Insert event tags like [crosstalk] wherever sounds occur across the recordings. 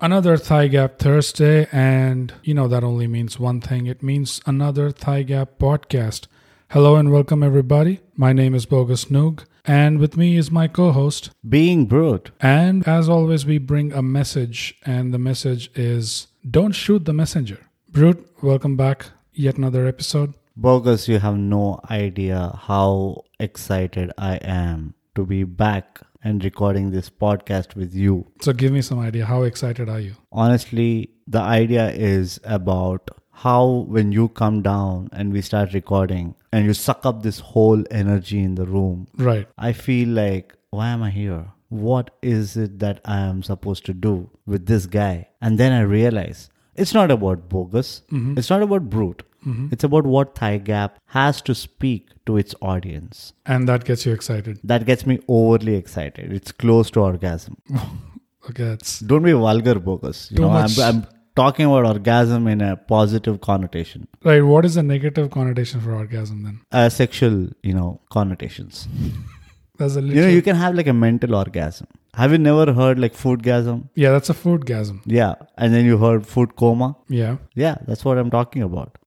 Another Thigh Gap Thursday, and you know that only means one thing it means another Thigh Gap podcast. Hello and welcome, everybody. My name is Bogus Noog, and with me is my co host. Being brute. And as always, we bring a message, and the message is don't shoot the messenger. Brute, welcome back. Yet another episode. Bogus, you have no idea how excited I am to be back and recording this podcast with you. So, give me some idea. How excited are you? Honestly, the idea is about how when you come down and we start recording and you suck up this whole energy in the room, Right. I feel like, why am I here? What is it that I am supposed to do with this guy? And then I realize it's not about bogus, Mm-hmm. it's not about brute, it's about what Thigh Gap has to speak to its audience. And that gets you excited. That gets me overly excited. It's close to orgasm. Okay, that's Don't be vulgar, bogus. You Too know, much. I'm, I'm talking about orgasm in a positive connotation, right. What is the negative connotation for orgasm then? uh, sexual, you know, connotations. That's a You know, literal. you can have like a mental orgasm. Have you never heard like foodgasm? yeah, that's a food gasm. Yeah, and then you heard food coma. Yeah. Yeah, that's what I'm talking about.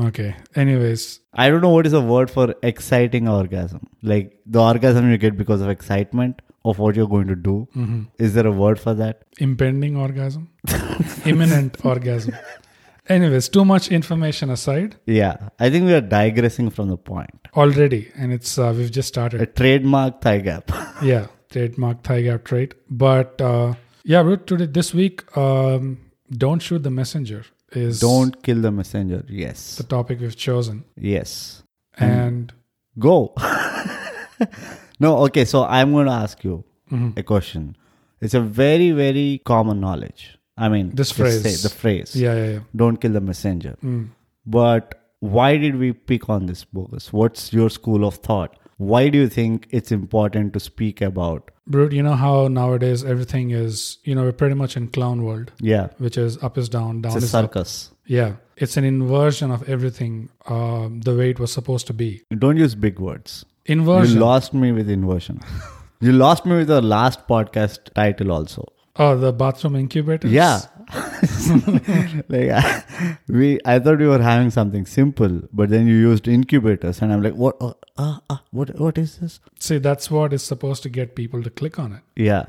Okay. Anyways, I don't know what is a word for exciting orgasm. Like the orgasm you get because of excitement of what you're going to do. Mm-hmm. Is there a word for that? impending [laughs] orgasm, imminent orgasm. Anyways, too much information aside Yeah, I think we are digressing from the point. already, and it's uh, we've just A started. trademark thigh gap. Yeah, trademark thigh gap trait. But uh, yeah, but today this week, um, don't shoot the messenger is don't kill the messenger. the Yes. topic we've chosen, Yes. and Go. [laughs] no, okay, so I'm going to ask you Mm-hmm. a question. It's a very, very common knowledge. I mean, This just phrase. say the phrase. yeah, yeah, yeah. don't kill the messenger. But why did we pick on this bogus? What's your school of thought? Why do you think it's important to speak about? Brute, you know how nowadays everything is, you know, we're pretty much in clown world, Yeah, which is up is down, down it's a is up. circus. Yeah, it's an inversion of everything um, the way it was supposed to be. Don't use big words. You Inversion. lost me with inversion. [laughs] you lost me with the last podcast title also. oh, the bathroom incubators. Yeah. [laughs] like I, we I thought we were having something simple, but then you used incubators and I'm like what uh, uh, uh, what what is this? See, that's what is supposed to get people to click on it. Mm, Yeah.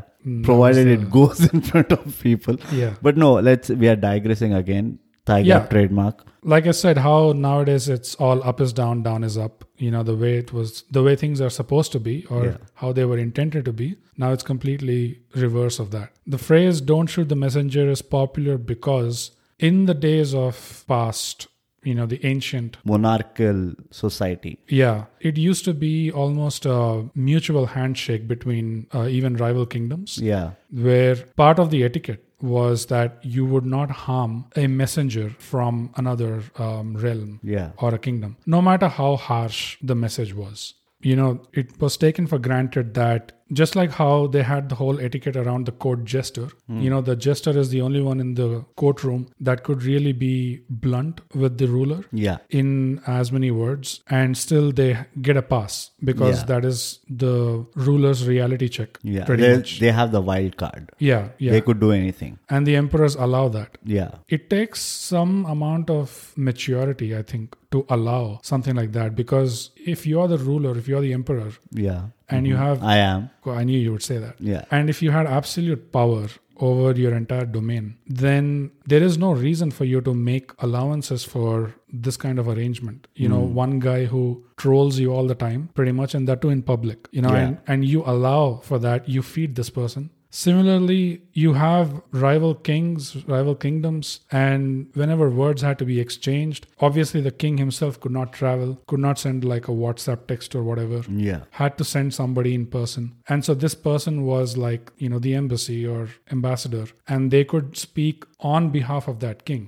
Provided it goes [laughs] in front of people. Yeah. But no, let's we are digressing again. Tiger Yeah. trademark. Like I said, how nowadays it's all up is down, down is up. You know, the way it was, the way things are supposed to be or how they were intended to be. Now it's completely reverse of that. The phrase don't shoot the messenger is popular because in the days of past, you know, the ancient Monarchical society. Yeah, it used to be almost a mutual handshake between uh, even rival kingdoms, Yeah. where part of the etiquette was that you would not harm a messenger from another um, realm Yeah. or a kingdom, no matter how harsh the message was. You know, it was taken for granted that just like how they had the whole etiquette around the court jester, Hmm. you know, the jester is the only one in the courtroom that could really be blunt with the ruler Yeah. in as many words and still they get a pass because Yeah. that is the ruler's reality check Yeah. pretty They, much they have the wild card. yeah yeah They could do anything. and the emperors allow that Yeah. it takes some amount of maturity i think to allow something like that because if you are the ruler if you are the emperor Yeah. Mm-hmm. and you have I am. i knew you would say that Yeah. and if you had absolute power over your entire domain, then there is no reason for you to make allowances for this kind of arrangement. You know, Hmm. one guy who trolls you all the time, pretty much, and that too in public, you know, Yeah. and, and you allow for that, you feed this person. Similarly, you have rival kings, rival kingdoms, and whenever words had to be exchanged, obviously the king himself could not travel, could not send like a WhatsApp text or whatever Yeah. had to send somebody in person. And so this person was like, you know, the embassy or ambassador, and they could speak on behalf of that king.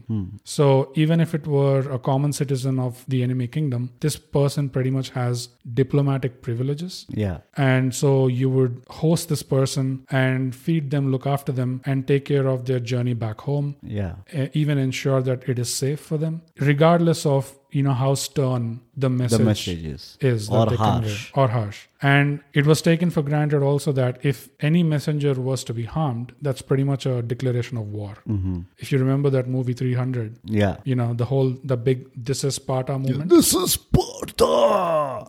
So even if it were a common citizen of the enemy kingdom, this person pretty much has diplomatic privileges. Yeah. And so you would host this person and feed them, look after them and take care of their journey back home Yeah. uh, even ensure that it is safe for them regardless of you know how stern the message, The messages. is that or they harsh. convey, or harsh and it was taken for granted also that if any messenger was to be harmed that's pretty much a declaration of war Mm-hmm. if you remember that movie 300 Yeah. you know the whole the big this is sparta movement This is Sparta.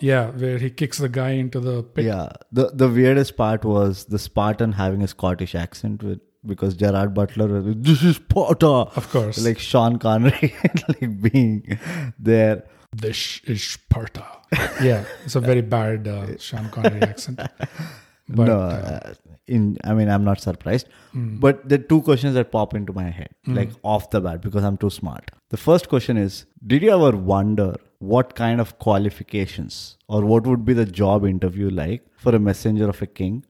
yeah where he kicks the guy into the pit Yeah. The the weirdest part was the Spartan having a Scottish accent with because Gerard Butler was like, this is Sparta. of course Like Sean Connery [laughs] like being there. this is Sparta. yeah, it's a very bad [laughs] uh, Sean Connery accent. But no, uh, in I mean I'm not surprised. But the two questions that pop into my head, like off the bat, because I'm too smart. The first question is: Did you ever wonder what kind of qualifications or what would be the job interview like for a messenger of a king?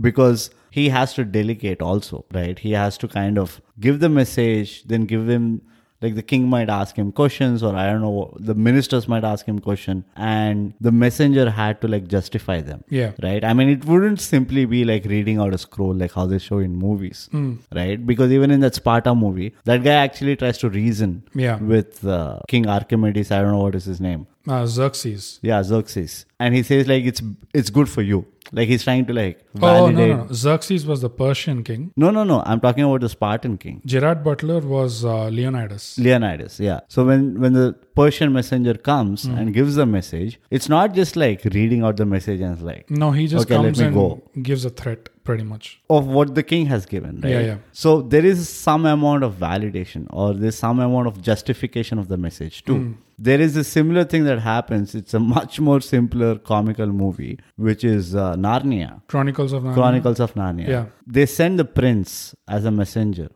Because he has to delegate also, right? He has to kind of give the message, then give him like the king might ask him questions or i don't know the ministers might ask him question and the messenger had to like justify them Yeah. right i mean it wouldn't simply be like reading out a scroll like how they show in movies Hmm. right because even in that sparta movie that guy actually tries to reason Yeah. with uh, king archimedes i don't know what is his name uh, Xerxes. yeah xerxes and he says like it's it's good for you like he's trying to like Oh no, validate no, no, Xerxes was the Persian king. no no no i'm talking about the spartan king Gerard Butler was uh, Leonidas. Leonidas, yeah. So when when the Persian messenger comes Hmm. and gives the message, it's not just like reading out the message and it's like No, he just Okay, let comes me and go. gives a threat, pretty much. of what the king has given, right? Yeah, yeah. So there is some amount of validation or there's some amount of justification of the message too. Hmm. There is a similar thing that happens. It's a much more simpler comical movie, which is uh, Narnia. Chronicles of Narnia. Chronicles of Narnia. Uh-huh. Yeah. Mm-hmm. They send the prince as a messenger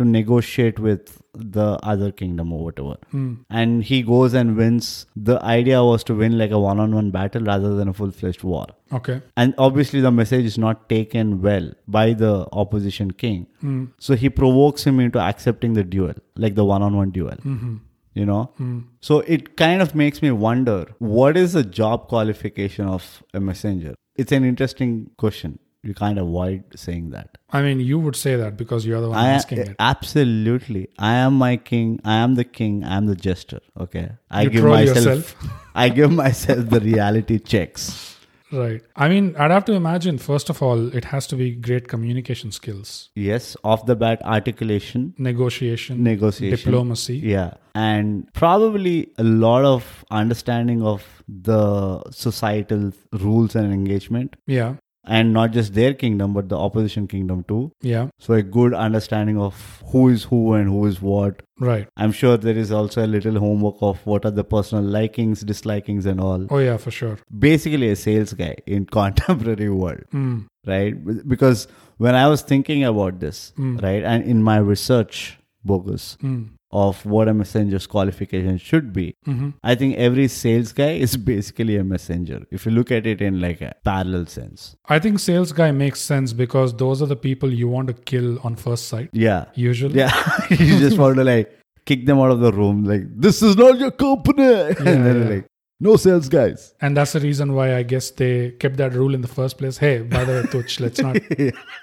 to negotiate with the other kingdom or whatever. Hmm. And he goes and wins. The idea was to win like a one on one battle rather than a full fledged war. Okay. And obviously, the message is not taken well by the opposition king. Hmm. So he provokes him into accepting the duel, like the one on one duel. Mm-hmm. You know? Hmm. So it kind of makes me wonder what is the job qualification of a messenger? It's an interesting question. You can't avoid saying that. I mean, you would say that because you're the one I asking it. absolutely. I am my king. I am the king. I am the jester. Okay. I You give troll myself. yourself. [laughs] I give myself the reality checks. Right. I mean, I'd have to imagine, first of all, it has to be great communication skills, Yes, off the bat articulation. negotiation, Negotiation. diplomacy. Yeah. And probably a lot of understanding of the societal rules and engagement. Yeah. And not just their kingdom, but the opposition kingdom too. Yeah. So a good understanding of who is who and who is what. Right. I'm sure there is also a little homework of what are the personal likings, dislikings, and all. Oh, yeah, for sure. Basically, a sales guy in [laughs] contemporary world Mm. right because when i was thinking about this Hmm. right and in my research bogus Mm. of what a messenger's qualification should be Mhm. i think every sales guy is [laughs] basically a messenger if you look at it in like a parallel sense I think sales guy makes sense because those are the people you want to kill on first sight, yeah usually. yeah [laughs] you just want to like kick them out of the room like this is not your company [laughs] and then yeah. like no sales guys And that's the reason why I guess they kept that rule in the first place. Hey, by the way, Tuch, let's [laughs] not.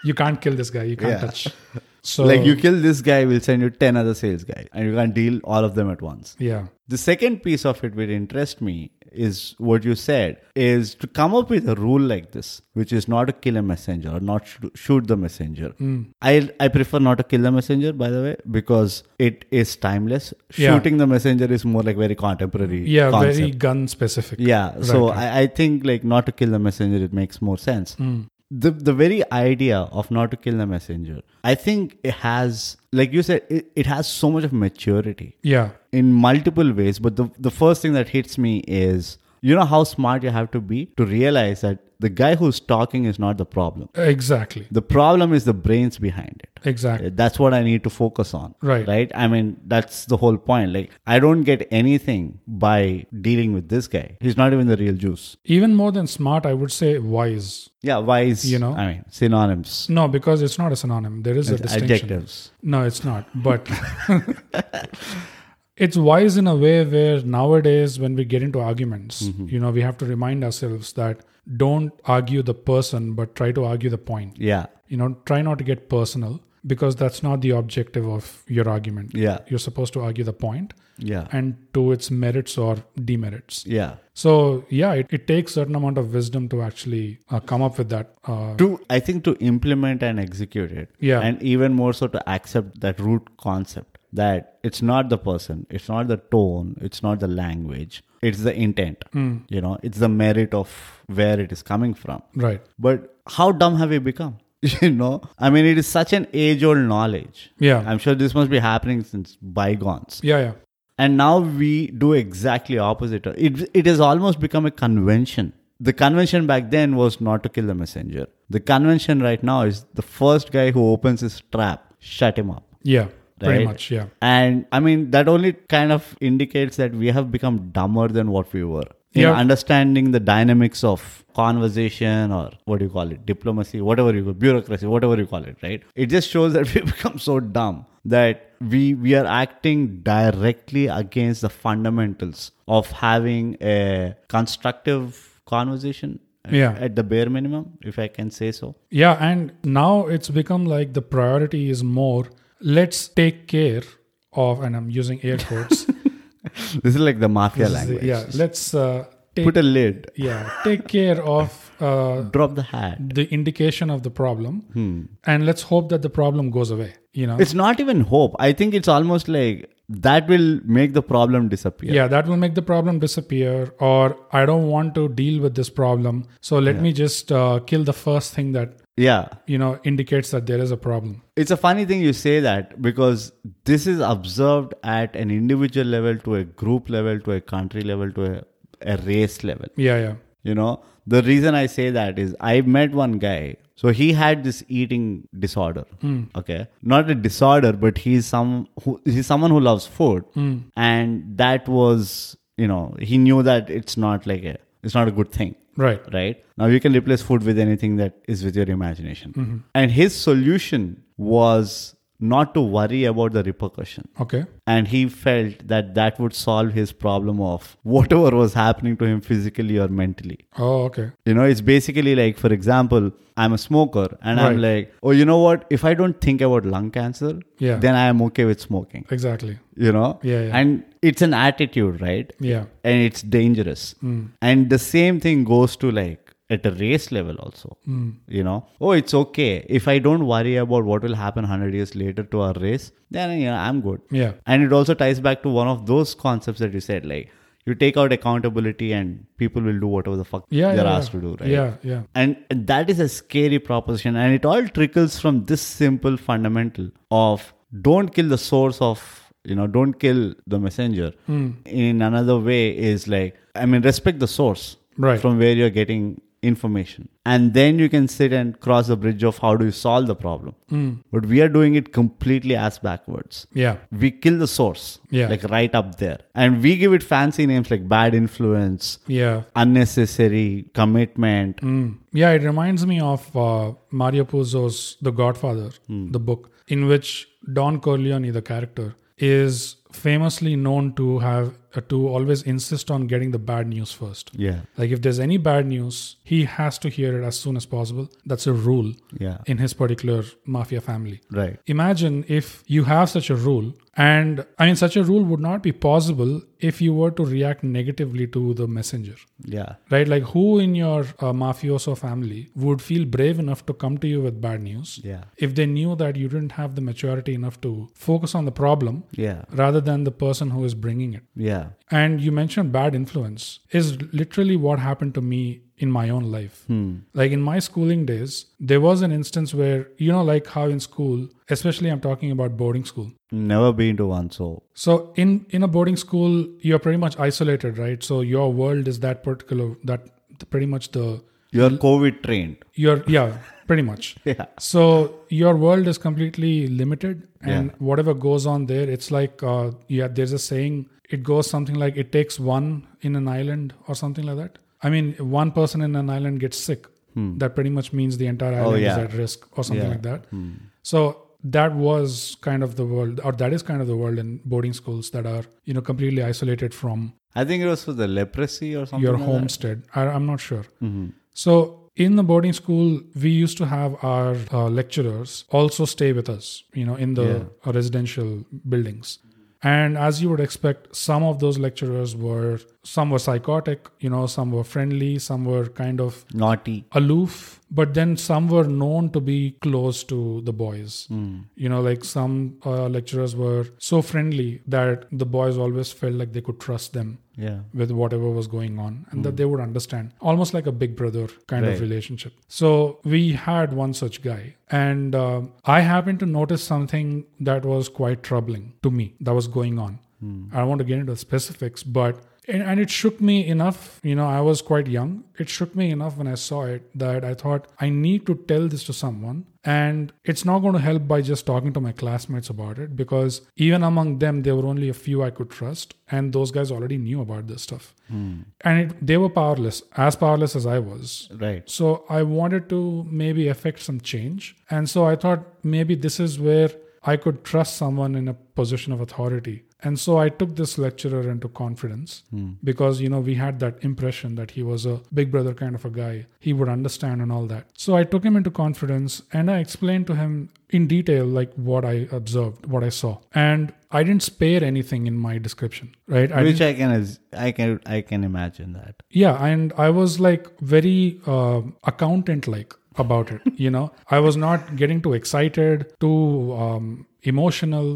You can't kill this guy. You can't Yeah. touch. So, like you kill this guy we'll send you 10 other sales guys and you can't deal all of them at once yeah. The second piece of it which interests me is what you said is to come up with a rule like this, which is not to kill a messenger or not sh- shoot the messenger. Hmm. I I prefer not to kill the messenger, by the way, because it is timeless. Yeah. Shooting the messenger is more like very contemporary. Yeah, concept. very gun specific. Yeah, so right. I, I think like not to kill the messenger, it makes more sense. Hmm. The the very idea of not to kill the messenger, I think it has, like you said, it, it has so much of maturity Yeah. in multiple ways but the the first thing that hits me is you know how smart you have to be to realize that the guy who's talking is not the problem Exactly. the problem is the brains behind it Uh, Exactly. that's what i need to focus on Right. right i mean that's the whole point like i don't get anything by dealing with this guy he's not even the real juice Even more than smart, I would say wise. yeah wise You know? i mean synonyms No, because it's not a synonym. There is a distinction. adjectives No, it's not. But [laughs] it's wise in a way where nowadays, when we get into arguments, Mm-hmm. you know, we have to remind ourselves that don't argue the person, but try to argue the point. yeah You know, try not to get personal because that's not the objective of your argument. Yeah. You're supposed to argue the point Yeah. and to its merits or demerits. Yeah. So, yeah, it, it takes certain amount of wisdom to actually uh, come up with that. Uh, To I think to implement and execute it. Yeah. And even more so to accept that root concept that it's not the person, it's not the tone, it's not the language, it's the intent. Hmm. You know, it's the merit of where it is coming from. right. But how dumb have we become? [laughs] You know, I mean, it is such an age old knowledge. Yeah. I'm sure this must be happening since bygones. yeah, yeah. And now we do exactly opposite. It, it has almost become a convention. The convention back then was not to kill the messenger. The convention right now is the first guy who opens his trap, shut him up. Yeah. Pretty Right. much. Yeah. And I mean, that only kind of indicates that we have become dumber than what we were. In Yeah. understanding the dynamics of conversation or what do you call it, diplomacy, whatever you call bureaucracy, whatever you call it, right? It just shows that [laughs] we become so dumb that we we are acting directly against the fundamentals of having a constructive conversation. Yeah. At the bare minimum, if I can say so. Yeah, and now it's become like the priority is more let's take care of, and I'm using [laughs] air quotes. This is like the mafia language. yeah, let's uh, take Put a lid. yeah take care of uh, Drop the hat. the indication of the problem, Hmm. and let's hope that the problem goes away. You know, It's not even hope. I think it's almost like that will make the problem disappear. yeah, that will make the problem disappear, or I don't want to deal with this problem, so let me just uh, kill the first thing that Yeah. you know indicates that there is a problem. It's a funny thing you say that because this is observed at an individual level, to a group level, to a country level, to a, a race level. Yeah, yeah, You know, the reason I say that is I met one guy. So he had this eating disorder. Okay. Not a disorder, but he's some who he's someone who loves food. And that was, you know, he knew that it's not like a it's not a good thing. right. right? Now you can replace food with anything that is with your imagination. Mm-hmm. And his solution was not to worry about the repercussion. Okay. And he felt that that would solve his problem of whatever was happening to him physically or mentally. Oh, okay. You know, it's basically like, for example, I'm a smoker and I'm Right. like, oh, you know what? If I don't think about lung cancer, Yeah. then I am okay with smoking, Exactly. you know? Yeah, yeah. And it's an attitude, right? Yeah. and it's dangerous. Hmm. And the same thing goes to like at a race level also. Hmm. You know, oh, it's okay if I don't worry about what will happen hundred years later to our race. Then you know, I'm good. Yeah. And it also ties back to one of those concepts that you said, like you take out accountability and people will do whatever the fuck Yeah. they're yeah, asked yeah. to do, right? Yeah, yeah. And that is a scary proposition. And it all trickles from this simple fundamental of don't kill the source of, you know, don't kill the messenger. Hmm. In another way, is like, I mean, respect the source Right. from where you're getting information. And then you can sit and cross the bridge of how do you solve the problem. Hmm. But we are doing it completely as backwards Yeah. we kill the source Yeah. like right up there and we give it fancy names like bad influence Yeah. unnecessary commitment Mm. Yeah, it reminds me of uh, Mario Puzo's The Godfather, the book, in which Don Corleone, the character, is famously known to have uh, to always insist on getting the bad news first. yeah Like if there's any bad news, he has to hear it as soon as possible. That's a rule yeah in his particular mafia family. right Imagine if you have such a rule, and I mean, such a rule would not be possible if you were to react negatively to the messenger yeah right like who in your uh, mafioso family would feel brave enough to come to you with bad news yeah if they knew that you didn't have the maturity enough to focus on the problem yeah rather than the person who is bringing it yeah and you mentioned bad influence is literally what happened to me in my own life like in my schooling days there was an instance where you know like how in school especially i'm talking about boarding school never been to one so so in in a boarding school, you're pretty much isolated, right? So your world is that particular that pretty much the you're covid trained [laughs] your yeah pretty much. yeah So your world is completely limited, and whatever goes on there, it's like uh, yeah. There's a saying. It goes something like it takes one in an island or something like that. I mean, one person in an island gets sick. That pretty much means the entire island Hmm. Oh, yeah. is at risk or something like that. Hmm. So that was kind of the world, or that is kind of the world in boarding schools that are you know completely isolated from i think it was for the leprosy or something your like that. Mm-hmm. homestead. I, I'm not sure. So in the boarding school we used to have our uh, lecturers also stay with us you know in the uh, residential buildings and as you would expect some of those lecturers were some were psychotic you know some were friendly some were kind of Naughty. aloof but then some were known to be close to the boys Hmm. you know like some uh, lecturers were so friendly that the boys always felt like they could trust them Yeah. with whatever was going on and that they would understand almost like a big brother kind of Right. relationship so we had one such guy and um i happened to notice something that was quite troubling to me that was going on i don't want to get into specifics but and, and it shook me enough you know i was quite young it shook me enough when i saw it that i thought i need to tell this to someone and it's not going to help by just talking to my classmates about it because even among them there were only a few i could trust and those guys already knew about this stuff and it, they were powerless as powerless as i was Right. so I wanted to maybe affect some change. And so I thought maybe this is where I could trust someone in a position of authority. And so I took this lecturer into confidence because, you know, we had that impression that he was a big brother kind of a guy. He would understand and all that. So I took him into confidence and I explained to him in detail, like what I observed, what I saw. And I didn't spare anything in my description, right? I Which I can as- I can I can imagine that. yeah and i was like very uh, accountant like about it you know [laughs] i was not getting too excited too um, emotional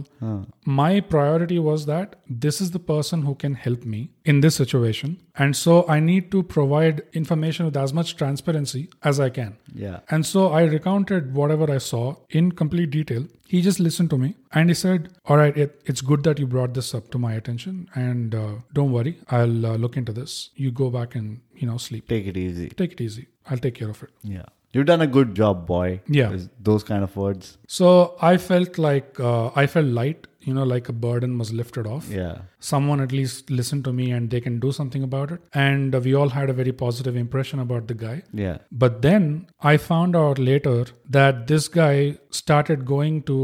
my priority was that this is the person who can help me in this situation and so i need to provide information with as much transparency as i can Yeah. and so I recounted whatever I saw in complete detail. He just listened to me and he said, All right, it, it's good that you brought this up to my attention. And uh, don't worry, I'll uh, look into this. You go back and, you know, sleep. Take it easy. Take it easy. I'll take care of it. Yeah. You've done a good job, boy. Yeah. Is- Those kind of words. So I felt like uh, I felt light, you know, like a burden was lifted off. Yeah. Someone at least listened to me and they can do something about it. And uh, we all had a very positive impression about the guy. Yeah. But then I found out later that this guy started going to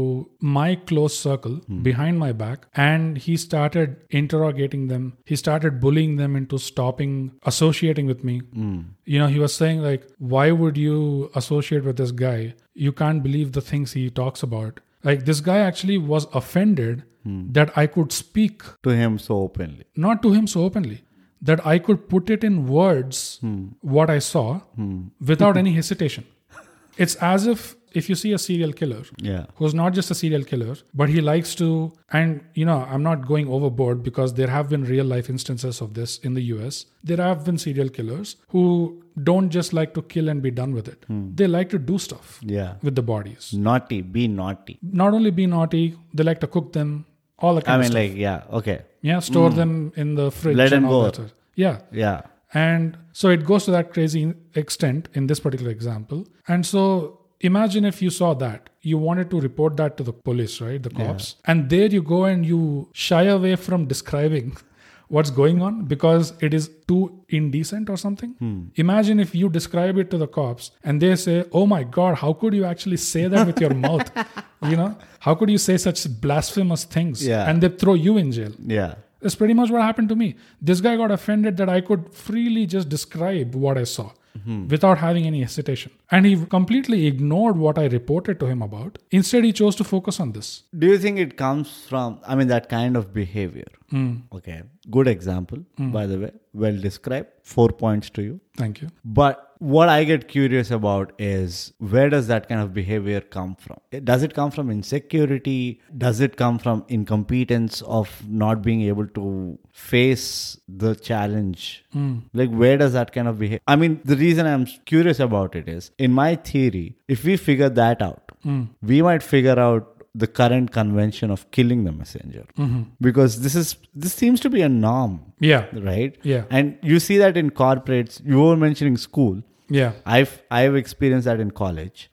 my close circle behind my back and he started interrogating them. He started bullying them into stopping associating with me. You know, he was saying, like, why would you associate with this guy? You can't believe the things he talks about. Like, this guy actually was offended that I could speak To him so openly. not to him so openly that i could put it in words Hmm. what i saw without any hesitation it's as if if you see a serial killer Yeah. who's not just a serial killer but he likes to and you know i'm not going overboard because there have been real life instances of this in the us there have been serial killers who don't just like to kill and be done with it Hmm. they like to do stuff Yeah. with the bodies Naughty. Be naughty. not only be naughty they like to cook them all the kind I of mean, stuff. like, yeah. Okay. Yeah, store them in the fridge. Let and them all go. That. stuff. Yeah. Yeah. And so it goes to that crazy extent in this particular example. And so imagine if you saw that, you wanted to report that to the police, right? The cops. And there you go and you shy away from describing [laughs] what's going on because it is too indecent or something. Imagine if you describe it to the cops and they say, Oh my God, how could you actually say that with your mouth? You know, how could you say such blasphemous things? Yeah. And they throw you in jail. Yeah. That's pretty much what happened to me. This guy got offended that I could freely just describe what I saw Mm-hmm. without having any hesitation. And he completely ignored what I reported to him about. Instead, he chose to focus on this. Do you think it comes from, I mean, that kind of behavior? Okay. Good example, by the way. Well described. Four points to you. Thank you. But what I get curious about is where does that kind of behavior come from? Does it come from insecurity? Does it come from incompetence of not being able to face the challenge? Like, where does that kind of behavior? I mean, the reason I'm curious about it is in my theory, if we figure that out, we might figure out the current convention of killing the messenger because this is this seems to be a norm Yeah. right Yeah. and you see that in corporates you were mentioning school Yeah. Mm-hmm. i've i've experienced that in college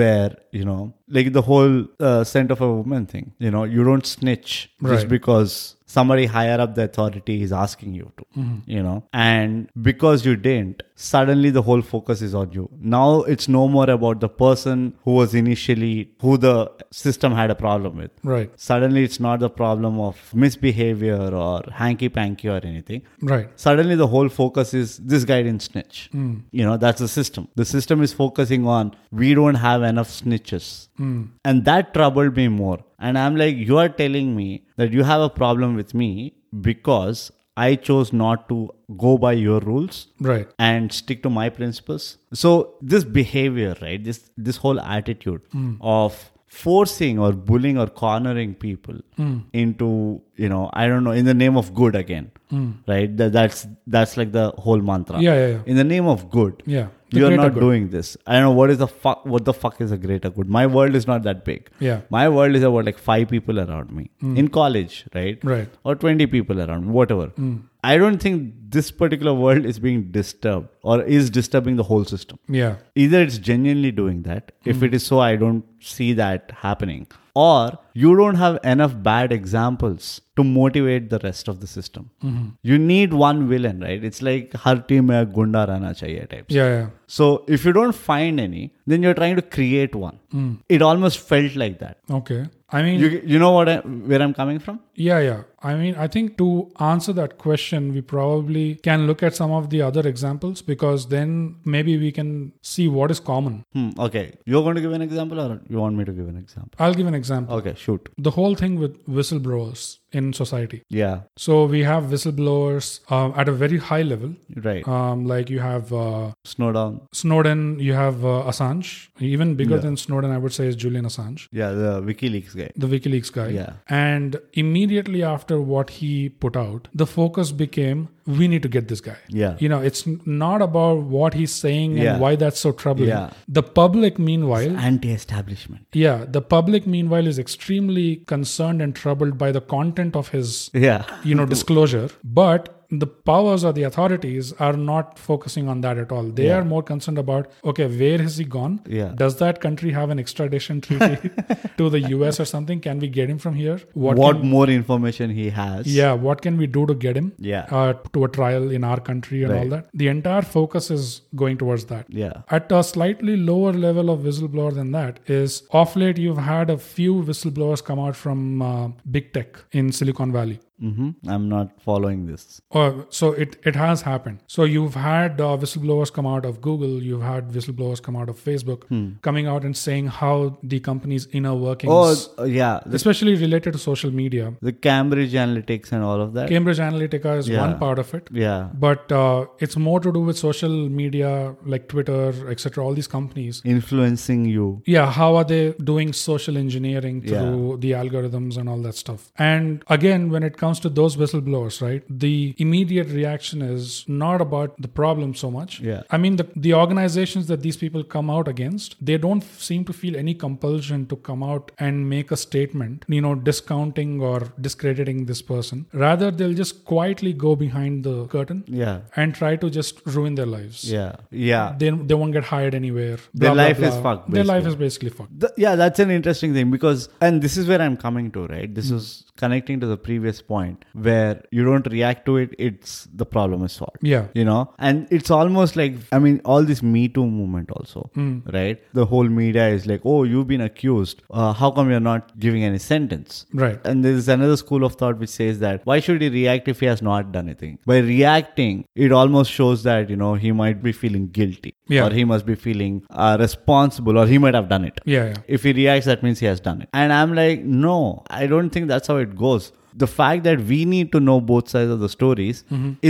where you know like the whole uh, scent of a woman thing. You know, you don't snitch just Right. because somebody higher up the authority is asking you to. Mm-hmm. You know, and because you didn't, suddenly the whole focus is on you. Now it's no more about the person who was initially who the system had a problem with. Right. Suddenly, it's not the problem of misbehavior or hanky panky or anything Right. suddenly the whole focus is this guy didn't snitch. You know, that's the system. The system is focusing on we don't have enough snitches. And that troubled me more. And I'm like, you are telling me that you have a problem with me because I chose not to go by your rules Right. and stick to my principles so this behavior right this this whole attitude Hmm. of forcing or bullying or cornering people Hmm. into you know i don't know in the name of good again right that, that's that's like the whole mantra Hmm. Yeah, yeah, yeah. in the name of good Yeah. The you're greater not good. doing this i don't know what is the fuck what the fuck is a greater good my world is not that big Yeah. Hmm. my world is about like five people around me in college right Right. or 20 people around, whatever. I don't think this particular world is being disturbed or is disturbing the whole system. Yeah. Either it's genuinely doing that, if it is so, I don't see that happening, or you don't have enough bad examples to motivate the rest of the system. You need one villain, right? It's like her team mein gunda rana chahiye type. Yeah. Yeah. So if you don't find any, then you're trying to create one. It almost felt like that. Okay. I mean, You, you know what I, where I'm coming from? Yeah, yeah. I mean, I think to answer that question, we probably can look at some of the other examples because then maybe we can see what is common. Hmm, okay. You're going to give an example or you want me to give an example? I'll give an example. Okay, shoot. The whole thing with whistleblowers in society. Yeah, So we have whistleblowers um, at a very high level. right. Um, like you have uh, Snow down. Snowden, you have uh, Assange. Even bigger than Snowden, I would say, is Julian Assange, Yeah, the WikiLeaks guy. the WikiLeaks guy. Yeah. And immediately after what he put out, the focus became we need to get this guy. Yeah. you know it's n- not about what he's saying and Yeah. why that's so troubling Yeah. the public meanwhile Anti establishment. yeah the public meanwhile is extremely concerned and troubled by the content of his Yeah. you know disclosure but the powers or the authorities are not focusing on that at all they are more concerned about okay where has he gone Yeah. does that country have an extradition [laughs] treaty to the us or something can we get him from here What, what, can- more information he has. yeah what can we do to get him Yeah. uh, to a trial in our country and all Right. that the entire focus is going towards that Yeah. at a slightly lower level of whistleblower than that is off late you've had a few whistleblowers come out from uh, big tech in silicon valley hmm I'm not following this. uh, so it, it has happened. So you've had uh, whistleblowers come out of Google, you've had whistleblowers come out of Facebook, Hmm. coming out and saying how the company's inner workings, Oh, uh, yeah. The, especially related to social media. the Cambridge Analytics and all of that. Cambridge Analytica is Yeah. one part of it. yeah. but uh, it's more to do with social media like twitter etc all these companies Influencing you. yeah how are they doing social engineering through the algorithms and all that stuff and again when it comes to those whistleblowers right the immediate reaction is not about the problem so much Yeah. i mean the, the organizations that these people come out against they don't f- seem to feel any compulsion to come out and make a statement you know discounting or discrediting this person rather they'll just quietly go behind the curtain Yeah. and try to just ruin their lives. Yeah. Yeah. They, they won't get hired anywhere. Blah, Their blah, life is blah. fucked, Their life basically. is basically fucked. Th- yeah, that's an interesting thing because, and this is where I'm coming to, right? This Hmm. is connecting to the previous point where you don't react to it, it's the problem is solved. Yeah. you know and it's almost like i mean all this me too movement also Hmm. right the whole media is like oh you've been accused uh, how come you're not giving any sentence Right. and there's another school of thought which says that why should he react if he has not done anything by reacting it almost shows that you know he might be feeling guilty Yeah. or he must be feeling uh, responsible or he might have done it Yeah, yeah. if he reacts, that means he has done it. And I'm like, no, I don't think that's how it goes. The fact that we need to know both sides of the stories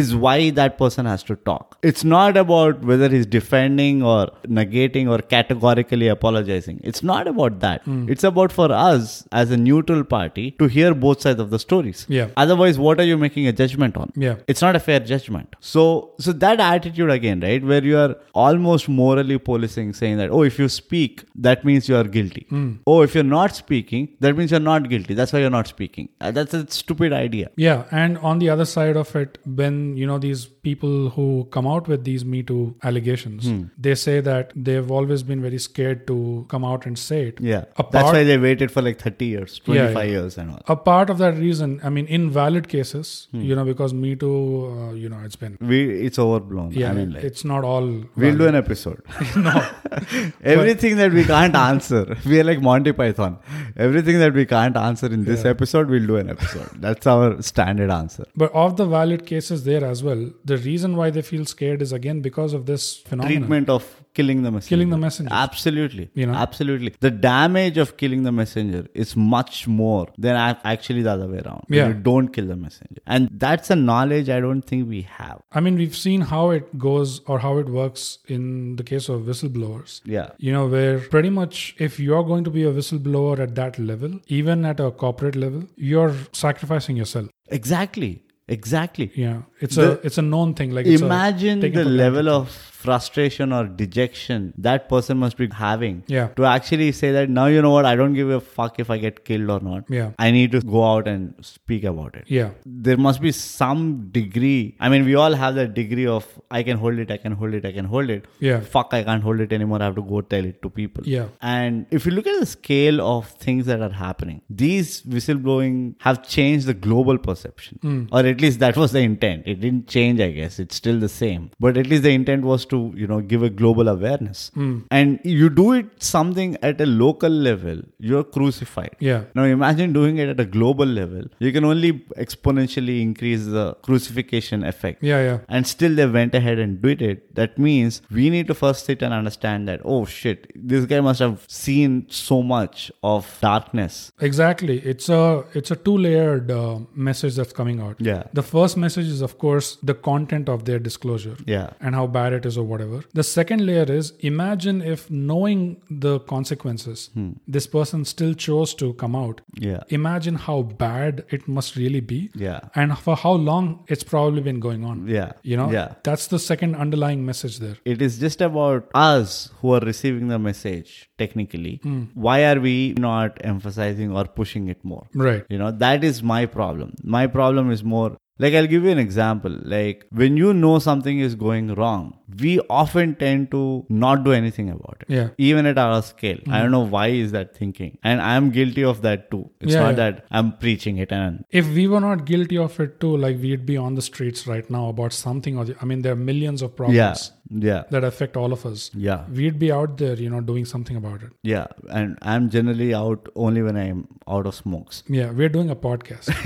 is why that person has to talk. It's not about whether he's defending or negating or categorically apologizing. It's not about that. It's about for us as a neutral party to hear both sides of the stories. Yeah. Otherwise, what are you making a judgment on? Yeah. it's not a fair judgment so so that attitude again right where you are almost morally policing saying that oh if you speak that Hmm. means you are guilty oh if you're not speaking that means you're not guilty that's why you're not speaking Uh, that's a stupid idea. Yeah, and on the other side of it, when you know these people who come out with these Me Too allegations, Hmm. they say that they've always been very scared to come out and say it. Yeah. A That's part- why they waited for like 30 years, 25 yeah. years and all. A part of that reason, I mean, in valid cases, Hmm. you know, because Me Too, uh, you know, it's been We it's overblown. yeah, I mean like it's not all. We'll valid. do an [laughs] episode. no. [laughs] Everything that we can't answer. [laughs] We are like Monty Python. Everything that we can't answer in this episode, we'll do an episode. That's our standard answer. But of the valid cases there as well, the reason why they feel scared is again because of this phenomenon. Treatment of killing the messenger. Killing the messenger. Absolutely. You know? Absolutely. The damage of killing the messenger is much more than ac- actually the other way around. when Yeah. You don't kill the messenger. And that's a knowledge I don't think we have. I mean, we've seen how it goes or how it works in the case of whistleblowers. Yeah. You know, where pretty much if you're going to be a whistleblower at that level, even at a corporate level, you're sacrificing yourself. Exactly. Exactly. Yeah. It's The- a it's a known thing. Like it's a- Imagine taken the for level of frustration or dejection that person must be having Yeah. to actually say that now you know what, I don't give a fuck if I get killed or not. Yeah. I need to go out and speak about it. yeah. There must be some degree. I mean, we all have that degree of I can hold it, I can hold it, I can hold it. Yeah. Fuck, I can't hold it anymore. I have to go tell it to people. Yeah. And if you look at the scale of things that are happening, these whistleblowing have changed the global perception. Hmm. Or at least that was the intent. It didn't change, I guess. It's still the same. But at least the intent was to, you know, give a global awareness. Hmm. And you do it something at a local level, you're crucified. Yeah. Now imagine doing it at a global level. You can only exponentially increase the crucifixion effect Yeah, yeah. and still they went ahead and did it that means we need to first sit and understand that oh shit this guy must have seen so much of darkness Exactly. It's a it's a two layered uh, message that's coming out. Yeah. The first message is of course the content of their disclosure. yeah and how bad it is or whatever. The second layer is imagine if knowing the consequences, Hmm. this person still chose to come out. yeah Imagine how bad it must really be yeah and for how long it's probably been going on. yeah You know, yeah that's the second underlying message there. it is just about us who are receiving the message technically Hmm. why are we not emphasizing or pushing it more Right. you know that is my problem my problem is more like i'll give you an example like when you know something is going wrong we often tend to not do anything about it Yeah. Mm-hmm. even at our scale i don't know why is that thinking and i'm guilty of that too it's Yeah, not yeah. that i'm preaching it and If we were not guilty of it too, like we'd be on the streets right now about something or the, I mean, there are millions of problems yeah yeah that affect all of us. yeah We'd be out there, you know, doing something about it. yeah and i'm generally out only when i'm out of smokes Yeah, we're doing a podcast.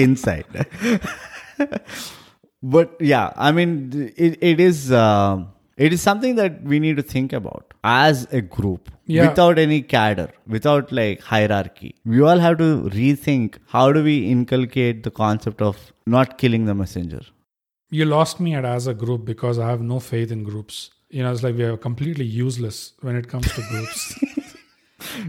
inside but yeah i mean th- it, it is um it is something that we need to think about as a group Yeah. without any cadre without like hierarchy we all have to rethink how do we inculcate the concept of not killing the messenger you lost me at as a group because I have no faith in groups. You know, it's like we are completely useless when it comes to groups.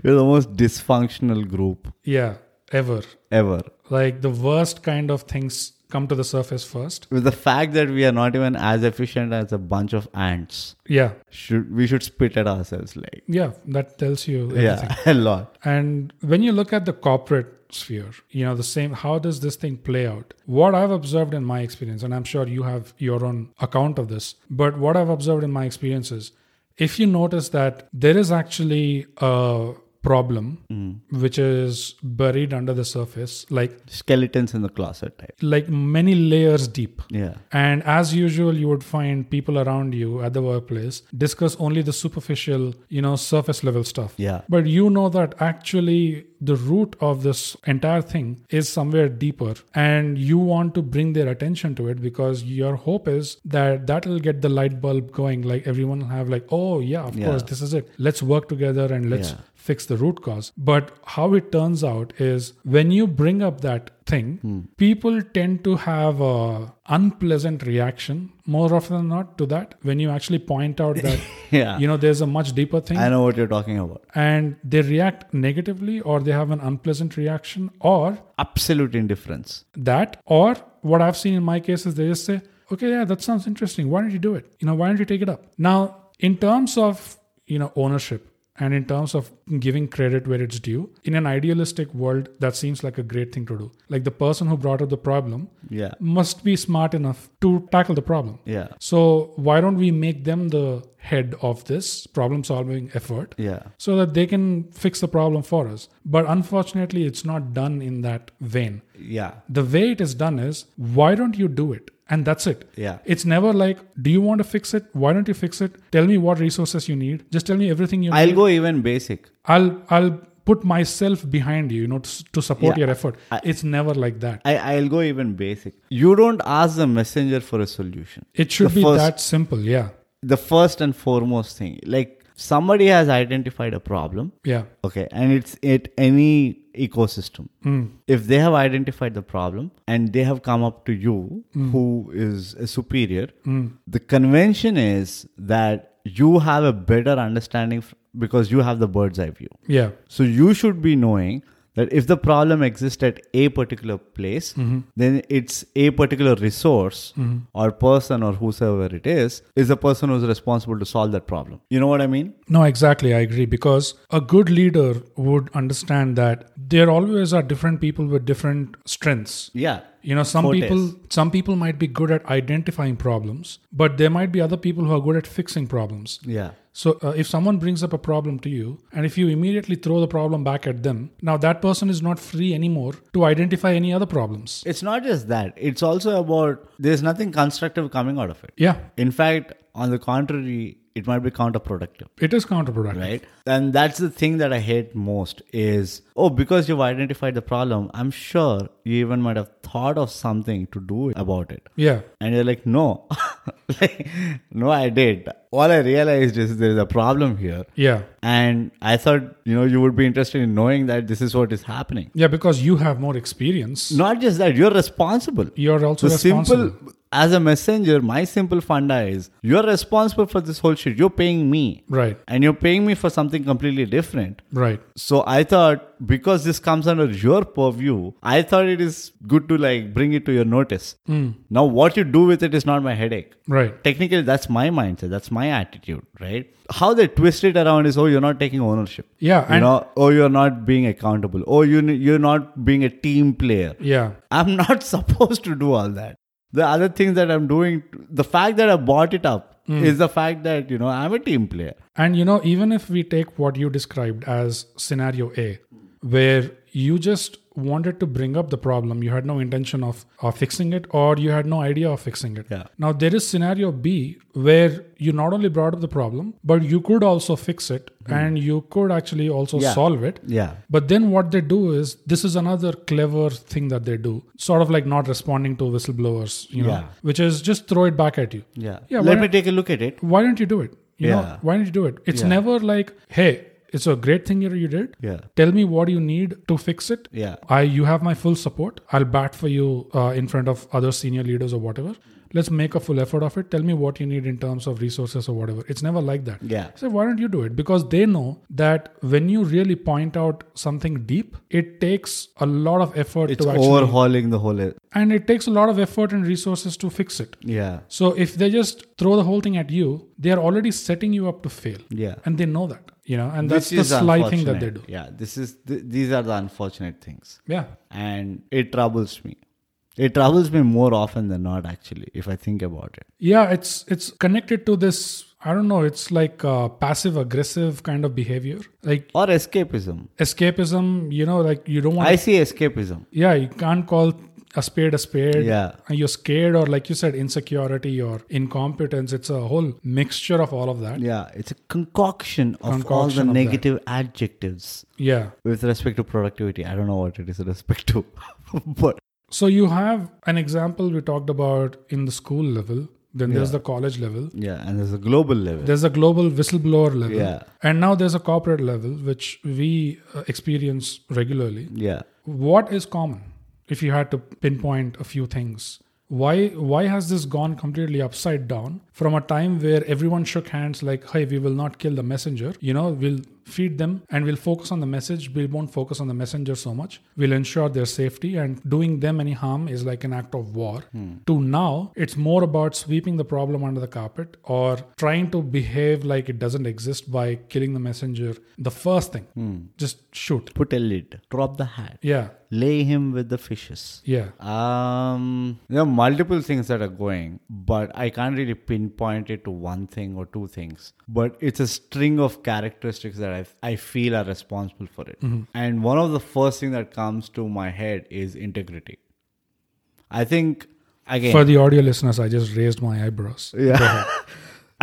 you're the most dysfunctional group yeah, ever. ever Like the worst kind of things come to the surface first. with the fact that we are not even as efficient as a bunch of ants Yeah, should we should spit at ourselves like yeah, that tells you everything. yeah [laughs] a lot And when you look at the corporate sphere, you know, the same, how does this thing play out? What I've observed in my experience, and I'm sure you have your own account of this, but what I've observed in my experience is if you notice that there is actually a problem which is buried under the surface, like, skeletons in the closet type like many layers deep. yeah And as usual, you would find people around you at the workplace discuss only the superficial, you know, surface level stuff. Yeah. But you know that actually the root of this entire thing is somewhere deeper. And you want to bring their attention to it because your hope is that that'll get the light bulb going. Like everyone will have, like, oh, yeah, of Yeah. course, this is it. Let's work together and let's Yeah. fix the root cause. But how it turns out is when you bring up that thing, Hmm. people tend to have a unpleasant reaction more often than not to that when you actually point out [laughs] that [laughs] Yeah. you know there's a much deeper thing I know what you're talking about. and they react negatively or they have an unpleasant reaction or Absolute indifference. that or what i've seen in my case is they just say okay yeah that sounds interesting why don't you do it you know why don't you take it up now in terms of you know ownership and in terms of giving credit where it's due in an idealistic world that seems like a great thing to do like the person who brought up the problem Yeah. must be smart enough to tackle the problem Yeah. so why don't we make them the head of this problem solving effort Yeah. so that they can fix the problem for us but unfortunately it's not done in that vein Yeah. the way it is done is why don't you do it and that's it Yeah. it's never like do you want to fix it why don't you fix it tell me what resources you need just tell me everything you I'll need go even basic. i'll i'll put myself behind you you know to, s- to support Yeah, your effort I- it's never like that I, I'll go even basic. You don't ask the messenger for a solution. it should The be first- that simple yeah The first and foremost thing, like somebody has identified a problem, yeah okay, and it's at any ecosystem. If they have identified the problem and they have come up to you, who is a superior, the convention is that you have a better understanding f- because you have the bird's eye view. yeah So you should be knowing that if the problem exists at a particular place, then it's a particular resource or person or whosoever it is, is the person who's responsible to solve that problem. You know what I mean? No, exactly. I agree because a good leader would understand that there always are different people with different strengths. Yeah. You know, some Fortes. people some people might be good at identifying problems, but there might be other people who are good at fixing problems. Yeah. So uh, if someone brings up a problem to you and if you immediately throw the problem back at them, now that person is not free anymore to identify any other problems. It's not just that, it's also about there's nothing constructive coming out of it. Yeah, In fact, on the contrary, it might be counterproductive. it is counterproductive. right and that's the thing that i hate most is oh because you've identified the problem i'm sure you even might have thought of something to do about it Yeah. and you're like no [laughs] like no i did all i realized is there's a problem here Yeah. and i thought you know you would be interested in knowing that this is what is happening Yeah, because you have more experience. not just that you're responsible You're also the responsible. simple as a messenger my simple funda is you're responsible for this whole shit you're paying me Right. and you're paying me for something completely different Right. so I thought because this comes under your purview, I thought it is good to like bring it to your notice. Hmm. Now what you do with it is not my headache. Right. Technically, that's my mindset. That's my attitude, right? How they twist it around is, oh, you're not taking ownership. Yeah, you and- know, oh, you're not being accountable. Oh, you you're not being a team player. Yeah. I'm [laughs] not supposed to do all that. The other things that I'm doing, the fact that I bought it up Hmm. is the fact that you know I'm a team player. And you know, even if we take what you described as scenario A, where you just wanted to bring up the problem, you had no intention of, of fixing it, or you had no idea of fixing it. Yeah. Now, there is scenario B, where you not only brought up the problem, but you could also fix it and you could actually also Hmm. Yeah. solve it. Yeah. But then what they do is this is another clever thing that they do, sort of like not responding to whistleblowers, you know, Yeah. which is just throw it back at you Yeah. Yeah, Let why- me take a look at it. why don't you do it? You know, Yeah. why don't you do it? It's Yeah. never like, hey, it's a great thing you you did. Yeah. Tell me what you need to fix it. Yeah. I, you have my full support. I'll bat for you uh, in front of other senior leaders or whatever. Let's make a full effort of it. Tell me what you need in terms of resources or whatever. It's never like that. Yeah. So why don't you do it? Because they know that when you really point out something deep, it takes a lot of effort It's to actually, overhauling the whole. and it takes a lot of effort and resources to fix it. Yeah. So if they just throw the whole thing at you, they are already setting you up to fail. Yeah. And they know that, you know, and that's the Which is sly thing that they do. unfortunate. Yeah. This is th- these are the unfortunate things, Yeah. and it troubles me. It troubles me more often than not, actually, if I think about it. Yeah, it's it's connected to this I don't know, it's like uh, passive aggressive kind of behavior. Like Or escapism. escapism, you know, like you don't want I see escapism. Yeah, you can't call a spade a spade. Yeah. And you're scared or like you said insecurity or incompetence. It's a whole mixture of all of that. Yeah, it's a concoction of all Concoction the of that. negative adjectives yeah. with respect to productivity. I don't know what it is with respect to, [laughs] but So you have an example we talked about in the school level, then there's the college level, yeah, and there's a global level. there's a global whistleblower level, Yeah. and now there's a corporate level which we uh, experience regularly. yeah, What is common? If you had to pinpoint a few things, why why has this gone completely upside down from a time where everyone shook hands like, "Hey, we will not kill the messenger," you know, we'll feed them and we'll focus on the message we won't focus on the messenger so much we'll ensure their safety and doing them any harm is like an act of war to now it's more about sweeping the problem under the carpet or trying to behave like it doesn't exist by killing the messenger the first thing just shoot Put a lid. Drop the hat. yeah Lay him with the fishes. yeah Um, there are multiple things that are going, but I can't really pinpoint it to one thing or two things. But it's a string of characteristics that I, I feel are responsible for it. Mm-hmm. And one of the first thing that comes to my head is integrity. I think again for the audio listeners i just raised my eyebrows yeah.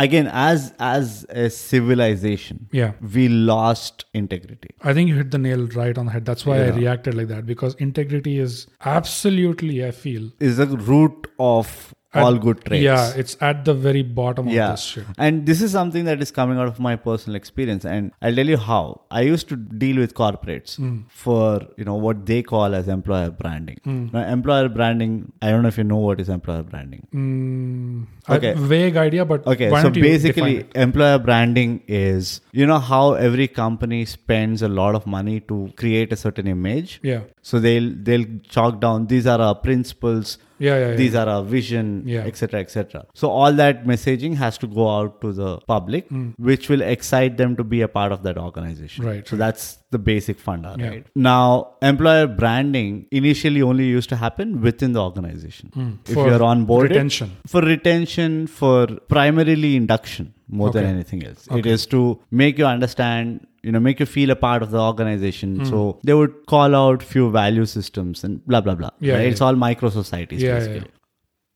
again as as a civilization, yeah we lost integrity. I think you hit the nail right on the head. That's why I reacted like that because integrity is absolutely, I feel, Is the root of all good traits. yeah, it's at the very bottom of this shit. And this is something that is coming out of my personal experience. And I'll tell you how. I used to deal with corporates Hmm. for, you know, what they call as employer branding. Hmm. Now, employer branding, I don't know if you know what is employer branding. Mm, I- Okay. vague idea, but Okay, why so don't you define basically, it? employer branding is you know how every company spends a lot of money to create a certain image. yeah, So they'll they'll chalk down these are our principles, yeah, yeah, yeah. these are our vision Yeah. etc etc so all that messaging has to go out to the public Hmm. which will excite them to be a part of that organization Right, so that's the basic funda Yeah. right now employer branding initially only used to happen within the organization if Mm. Hmm. For you're onboarded retention. for retention for primarily induction more than Okay. anything else it is to make you understand you know make you feel a part of the organization Hmm. so they would call out few value systems and blah blah blah Yeah, right? yeah. it's all micro societies Yeah, basically yeah,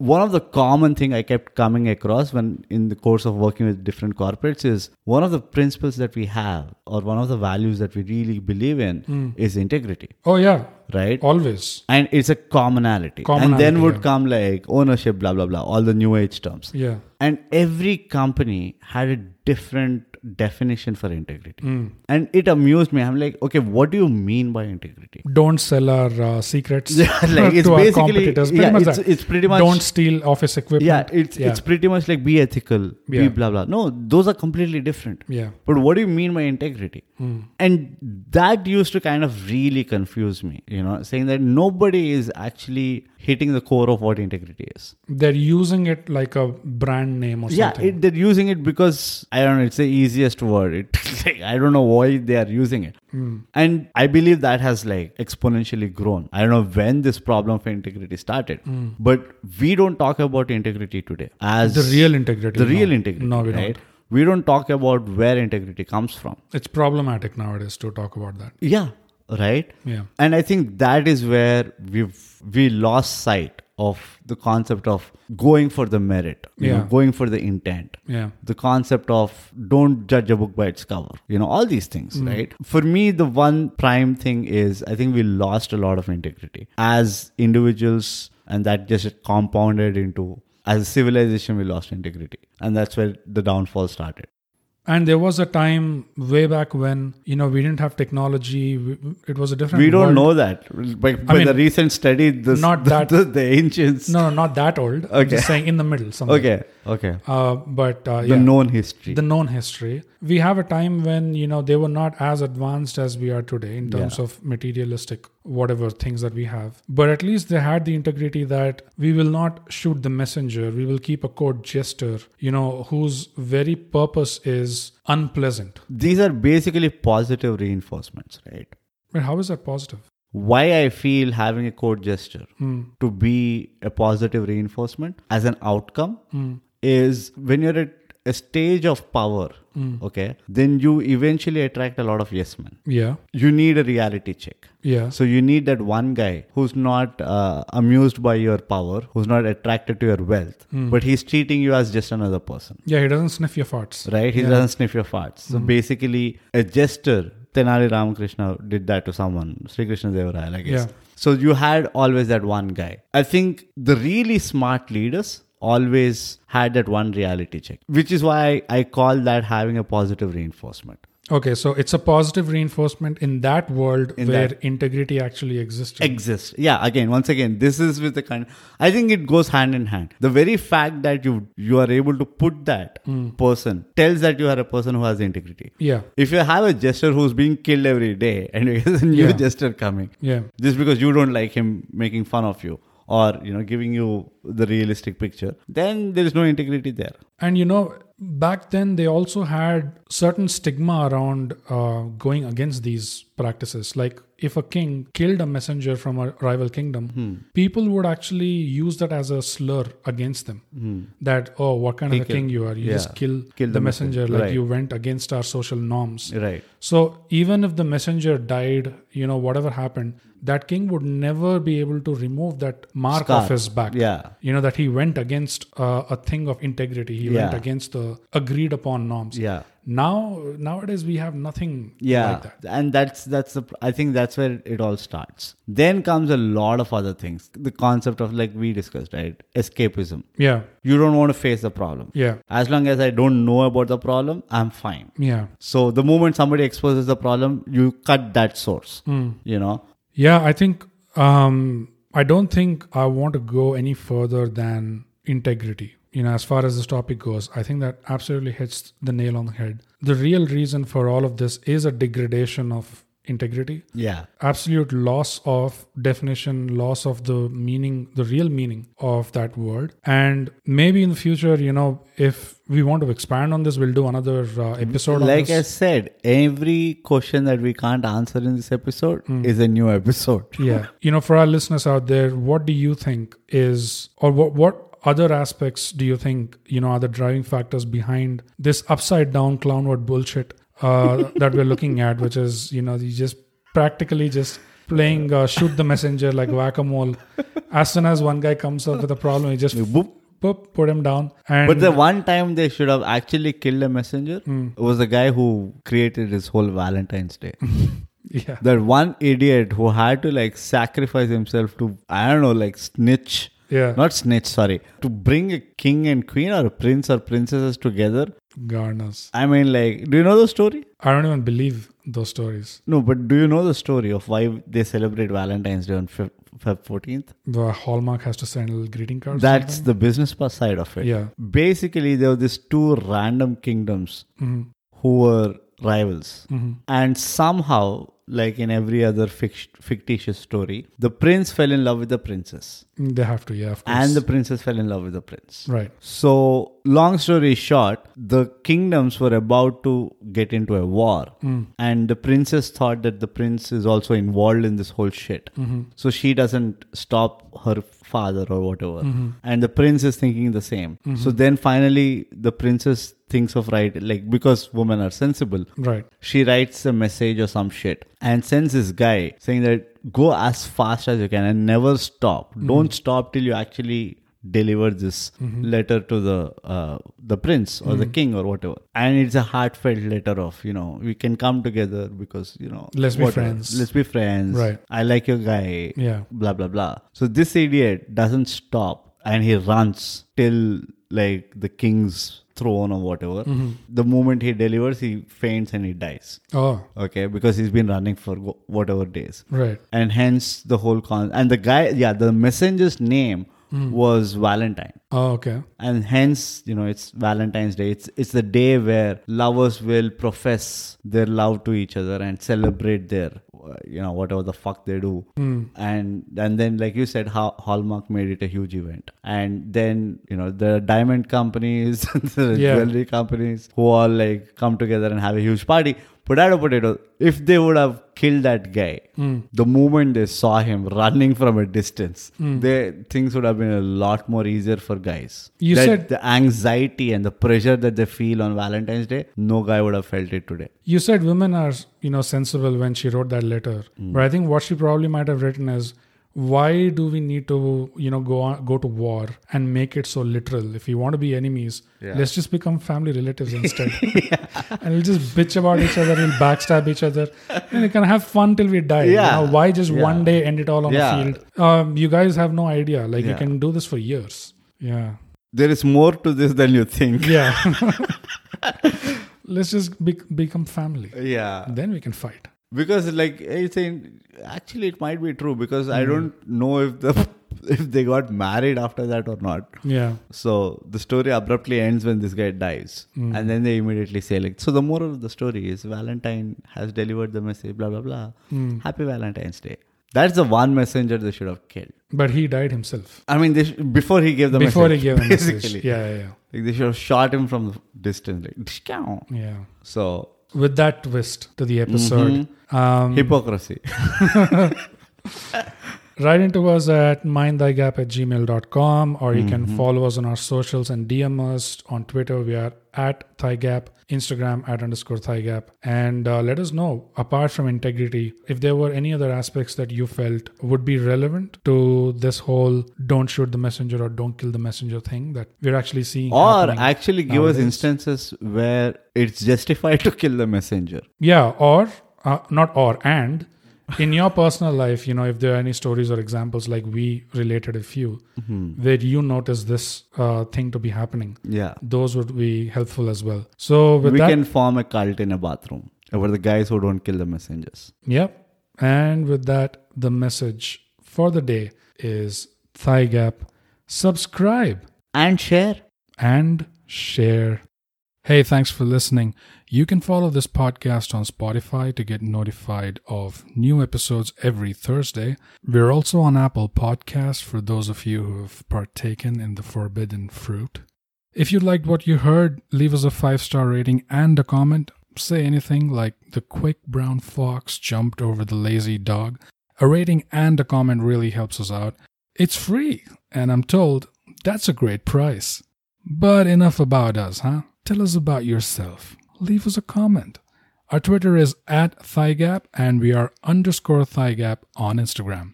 one of the common thing i kept coming across when in the course of working with different corporates is one of the principles that we have or one of the values that we really believe in Hmm. is integrity oh yeah, right always, and it's a commonality. and Commonality, then would yeah. come like ownership blah blah blah all the new age terms yeah, and every company had a different definition for Hmm. integrity Mm. and it amused me i'm like okay what do you mean by integrity [laughs] don't sell our uh, secrets Yeah, [laughs] like, it's [laughs] to our basically- competitors. Pretty yeah, much it's- that. it's pretty much- don't steal office equipment. yeah it's yeah, it's pretty much like be ethical be Yeah. blah blah no those are completely different yeah, but what do you mean by integrity Hmm. and that used to kind of really confuse me you know saying that nobody is actually hitting the core of what integrity is they're using it like a brand name or yeah something. it, they're using it because i don't know it's the easiest word it [laughs] like, i don't know why they are using it Hmm. and i believe that has like exponentially grown i don't know when this problem for integrity started but we don't talk about integrity today as Hmm. the real integrity. the no. real integrity No, we right don't. we don't talk about where integrity comes from It's problematic nowadays to talk about that. yeah right Yeah. and i think that is where we've we lost sight of the concept of going for the merit you know, Yeah. going for the intent Yeah. the concept of don't judge a book by its cover you know all these things Mm. right for me the one prime thing is i think we lost a lot of integrity as individuals and that just compounded into as a civilization we lost integrity and that's where the downfall started And there was a time way back when, you know, we didn't have technology. We, it was a different we don't world. know that by, by mean, the recent study this, not the, that- [laughs] the, the ancients No, no, not that old. I'm Okay. just saying in the middle somewhere. okay okay Uh, but uh, the yeah, known history the known history. We have a time when, you know, they were not as advanced as we are today in terms of materialistic whatever things that we have. But at least they had the integrity that we will not shoot the messenger. We will keep a court jester, you know, whose very purpose is unpleasant. these are basically positive reinforcements right But how is that positive? why I feel having a code gesture Hmm. to be a positive reinforcement as an outcome Hmm. is when you're at a stage of power, Hmm. okay, then you eventually attract a lot of yes men. Yeah. You need a reality check. Yeah. So you need that one guy who's not uh, amused by your power, who's not attracted to your wealth, Hmm. but he's treating you as just another person, Yeah, he doesn't sniff your farts. right? He doesn't sniff your farts. So basically, a gesture. Tenali Ramakrishna did that to someone, Sri Krishna Devaraya, I guess. Yeah. So you had always that one guy. I think the really smart leaders always had that one reality check, which is why I call that having a positive reinforcement. Okay, so it's a positive reinforcement in that world In where that- integrity actually existed. exist. Yeah, again, once again, this is with the kind. I think it goes hand in hand. The very fact that you you are able to put that person tells that you are a person who has integrity. yeah, If you have a jester who's being killed every day, and [laughs] there's a new Yeah. jester coming, yeah, just because you don't like him making fun of you or you know giving you the realistic picture, then there is no integrity there. and you know, back then they also had certain stigma around uh, going against these practices. Like if a king killed a messenger from a rival kingdom, Hmm. people would actually use that as a slur against them. That oh, what kind of a Hmm. He king you are? You yeah, just kill, kill the, the messenger, messenger, like right. you went against our social norms. Right. So even if the messenger died, you know, whatever happened, that king would never be able to remove that mark Scar. off his back. Yeah. You know, that he went against uh, a thing of integrity. He went Yeah. against the agreed upon norms. Yeah. Now, nowadays, we have nothing yeah like that. and that's that's the i think that's where it all starts then comes a lot of other things the concept of like we discussed right escapism Yeah. you don't want to face the problem Yeah. as long as i don't know about the problem i'm fine Yeah. so the moment somebody exposes the problem you cut that source Hmm. you know Yeah. I think, um, I don't think I want to go any further than integrity. You know, as far as this topic goes, I think that absolutely hits the nail on the head. The real reason for all of this is a degradation of integrity. yeah absolute loss of definition, loss of the meaning, the real meaning of that word. And maybe in the future, you know, if we want to expand on this, we'll do another uh, episode on like i this. said every question that we can't answer in this episode is a new episode Hmm. yeah. You know, for our listeners out there, what do you think is, or what, what, other aspects do you think you know are the driving factors behind this upside down clownward bullshit [laughs] uh, that we're looking at which is you know you just practically just playing uh, shoot the messenger like whack-a-mole as soon as one guy comes up with a problem you just [laughs] Boop. Boop, put him down and But the one time they should have actually killed a messenger Hmm. was the guy who created his whole Valentine's [laughs] Day. yeah that one idiot who had to like sacrifice himself to, I don't know, like snitch. yeah Not snitch, sorry. To bring a king and queen or a prince or princesses together. garners I mean, like, do you know the story? i don't even believe those stories No, but do you know the story of why they celebrate Valentine's Day on Feb Feb 14th? the hallmark has to send a little greeting card or That's something? the business pa- side of it. yeah Basically, there were these two random kingdoms who were rivals. And somehow, like in every other fict- fictitious story, the prince fell in love with the princess, they have to yeah of course and the princess fell in love with the prince. right So, long story short, the kingdoms were about to get into a war, and the princess thought that the prince is also involved in this whole shit. So, she doesn't stop her father or whatever. And the prince is thinking the same. So, then finally, the princess thinks of right, like, because women are sensible, right she writes a message or some shit and sends this guy saying that go as fast as you can and never stop. Mm-hmm. Don't stop till you actually deliver this letter to the uh, the prince or the Mm-hmm. king or whatever. And it's a heartfelt letter of you know we can come together because you know Let's be whatever. friends. Let's be friends. Right. I like your guy. Yeah. Blah blah blah. So this idiot doesn't stop and he runs till like the king's throne or whatever. The moment he delivers, he faints and he dies. Oh, Okay, because he's been running for wh- whatever days, right. and hence the whole con. And the guy, yeah, the messenger's name was Valentine. Oh, okay. And hence, you know, it's Valentine's Day. It's it's the day where lovers will profess their love to each other and celebrate their, uh, you know, whatever the fuck they do. And and then, like you said, ha- Hallmark made it a huge event. And then, you know, the diamond companies, [laughs] the Yeah. jewelry companies, who all like come together and have a huge party. Potato, potato. If they would have killed that guy, Hmm. the moment they saw him running from a distance, Hmm. they things would have been a lot more easier for guys. You That said- the anxiety and the pressure that they feel on Valentine's Day. No guy would have felt it today. You said women are, you know, sensible when she wrote that letter. Hmm. But I think what she probably might have written is why do we need to, you know, go on, go to war and make it so literal? If we want to be enemies, let's just become family [laughs] relatives instead. And we'll just bitch about each other, we'll backstab each other, and we can have fun till we die. You Yeah. know, why just Yeah. one day end it all on Yeah. the field? Um, you guys have no idea. Like you Yeah. can do this for years. Yeah. There is more to this than you think. Yeah. [laughs] Let's just be- become family. [laughs] Yeah. Then we can fight. Because like it's in, actually it might be true because I Hmm. don't know if the [laughs] if they got married after that or not. Yeah. So the story abruptly ends when this guy dies, Hmm. and then they immediately say like, so the moral of the story is Valentine has delivered the message, blah blah blah. Hmm. Happy Valentine's Day. That's the one messenger they should have killed. But he died himself I mean, they sh- before he gave the before message, he gave a message. [laughs] basically. Yeah, yeah, Like they should have shot him from the distance. Like, "Tshkow." yeah. yeah. so With that twist to the episode, Mm-hmm. um, hypocrisy. write into us at mindthygap at gmail.com or you can follow us on our socials and DM us on Twitter. We are at thigap, Instagram at underscore thigap. And uh, let us know, apart from integrity, if there were any other aspects that you felt would be relevant to this whole don't shoot the messenger or don't kill the messenger thing that we're actually seeing. or happening. actually give us instances where it's justified to kill the messenger. Yeah, or uh, not or and in your personal life, you know, if there are any stories or examples like we related a few where you notice this uh, thing to be happening, Yeah. those would be helpful as well. So with we that, can form a cult in a bathroom over the guys who don't kill the messengers. yep. And with that, the message for the day is thigh gap, subscribe. And share. and share. Hey, thanks for listening. You can follow this podcast on Spotify to get notified of new episodes every Thursday. We're also on Apple Podcasts for those of you who have partaken in the forbidden fruit. If you liked what you heard, leave us a five star rating and a comment. Say anything like the quick brown fox jumped over the lazy dog. A rating and a comment really helps us out. It's free, and I'm told that's a great price. But enough about us, huh? Tell us about yourself. Leave us a comment. Our Twitter is at ThighGap and we are underscore ThighGap on Instagram.